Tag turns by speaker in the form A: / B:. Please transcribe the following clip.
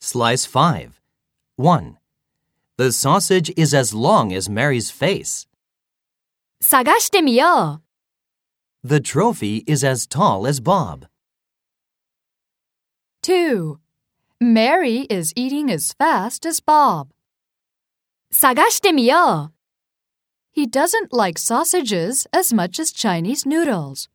A: Slice 5. 1. The sausage is as long as Mary's face.
B: 探してみよう。
A: The trophy is as tall as Bob.
B: 2. Mary is eating as fast as Bob. 探してみよう。He doesn't like sausages as much as Chinese noodles.